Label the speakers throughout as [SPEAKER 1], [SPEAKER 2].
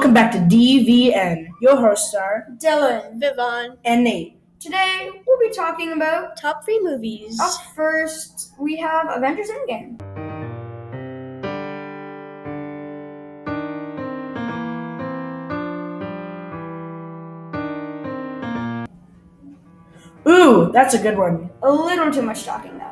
[SPEAKER 1] Welcome back to DVN. Your hosts are
[SPEAKER 2] Dylan, Vivon.
[SPEAKER 1] and Nate.
[SPEAKER 3] Today, we'll be talking about
[SPEAKER 2] Top three movies.
[SPEAKER 4] Oh,
[SPEAKER 3] up first, we have Avengers Endgame.
[SPEAKER 1] Ooh, that's a good one.
[SPEAKER 3] A little too much talking, though.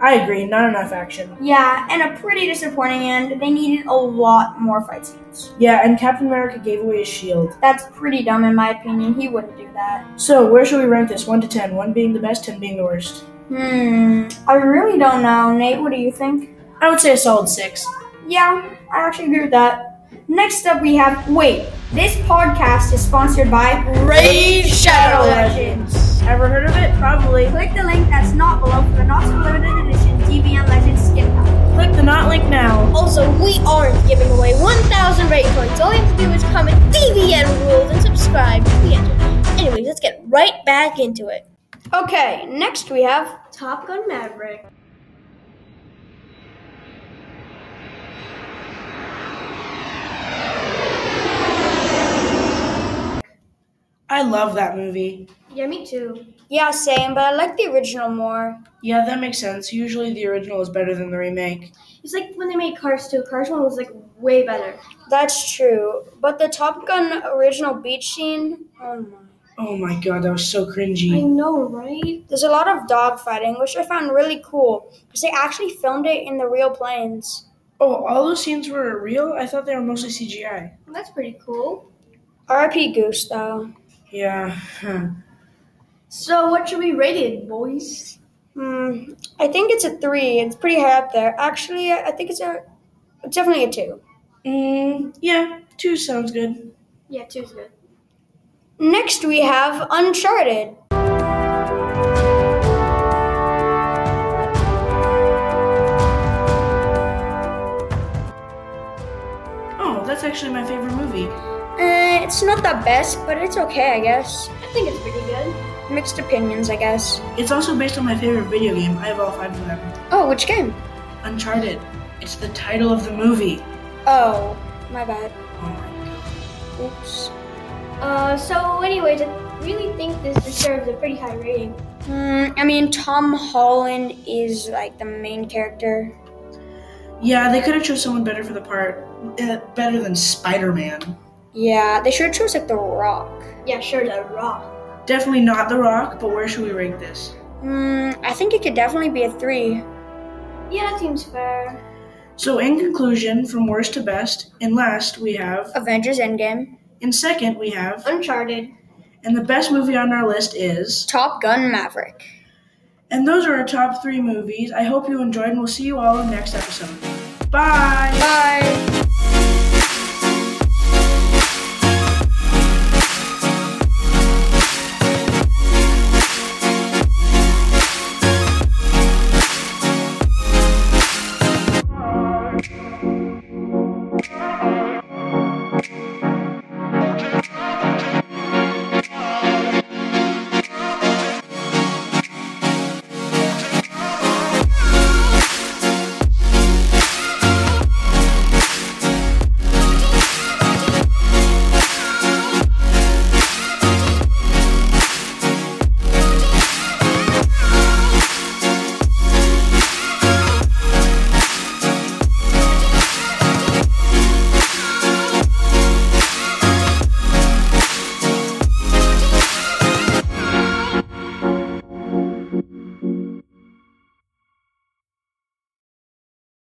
[SPEAKER 1] I agree, not enough action.
[SPEAKER 3] Yeah, and a pretty disappointing end. They needed a lot more fight scenes.
[SPEAKER 1] Yeah, and Captain America gave away his shield.
[SPEAKER 3] That's pretty dumb, in my opinion. He wouldn't do that.
[SPEAKER 1] So, where should we rank this? 1 to 10, 1 being the best, 10 being the worst.
[SPEAKER 3] Hmm, I really don't know. Nate, what do you think?
[SPEAKER 1] I would say a solid 6.
[SPEAKER 3] Yeah, I actually agree with that. Next up, we have. Wait, this podcast is sponsored by.
[SPEAKER 2] Raid Shadow
[SPEAKER 3] Legends.
[SPEAKER 1] Ever heard of it? Probably.
[SPEAKER 3] Click the link that's not below for the not so limited edition TVN Legends skin pack.
[SPEAKER 1] Click the not link now.
[SPEAKER 2] Also, we aren't giving away 1,000 raid points. All you have to do is comment DVN rules and subscribe to the enter. Anyways, let's get right back into it.
[SPEAKER 3] Okay, next we have Top Gun Maverick.
[SPEAKER 1] I love that movie.
[SPEAKER 3] Yeah, me too. Yeah, same, but I like the original more.
[SPEAKER 1] Yeah, that makes sense. Usually the original is better than the remake.
[SPEAKER 4] It's like when they made Cars too. Cars one was like way better.
[SPEAKER 3] That's true. But the Top Gun original beach scene, oh my.
[SPEAKER 1] Oh my god, that was so
[SPEAKER 4] I
[SPEAKER 1] cringy.
[SPEAKER 4] know, right?
[SPEAKER 3] There's a lot of dogfighting, which I found really cool because they actually filmed it in the real planes.
[SPEAKER 1] Oh, all those scenes were real? I thought they were mostly CGI.
[SPEAKER 4] That's pretty cool.
[SPEAKER 3] RIP Goose, though.
[SPEAKER 1] Yeah.
[SPEAKER 4] So what should we rate it, boys?
[SPEAKER 3] Hmm, I think it's a three. It's pretty high up there. Actually, I think it's a it's definitely a two.
[SPEAKER 1] Mm, yeah, 2 sounds good.
[SPEAKER 4] Yeah, two's good.
[SPEAKER 3] Next, we have Uncharted.
[SPEAKER 1] Oh, that's actually my favorite movie.
[SPEAKER 3] Uh, it's not the best, but it's okay, I guess.
[SPEAKER 4] I think it's pretty good.
[SPEAKER 3] Mixed opinions, I guess.
[SPEAKER 1] It's also based on my favorite video game. I have all five of them.
[SPEAKER 3] Oh, which game?
[SPEAKER 1] Uncharted. It's the title of the movie.
[SPEAKER 3] Oh, my bad.
[SPEAKER 1] Oh my god.
[SPEAKER 3] Oops.
[SPEAKER 4] Uh, so anyways, I really think this deserves a pretty high rating.
[SPEAKER 3] Mm, I mean, Tom Holland is like the main character.
[SPEAKER 1] Yeah, they could have chose someone better for the part. Eh, better than Spider-Man.
[SPEAKER 3] Yeah, they should have chose like The Rock.
[SPEAKER 4] Yeah, sure, the raw.
[SPEAKER 1] Definitely not The Rock, but where should we rank this?
[SPEAKER 3] Mm, I think it could definitely be a three.
[SPEAKER 4] Yeah, that seems fair.
[SPEAKER 1] So in conclusion, from worst to best, in last we have,
[SPEAKER 3] Avengers Endgame,
[SPEAKER 1] in second we have,
[SPEAKER 4] Uncharted.
[SPEAKER 1] and the best movie on our list is.
[SPEAKER 3] Top Gun Maverick.
[SPEAKER 1] And those are our top three movies. I hope you enjoyed, and we'll see you all in the next episode. Bye!
[SPEAKER 3] Bye.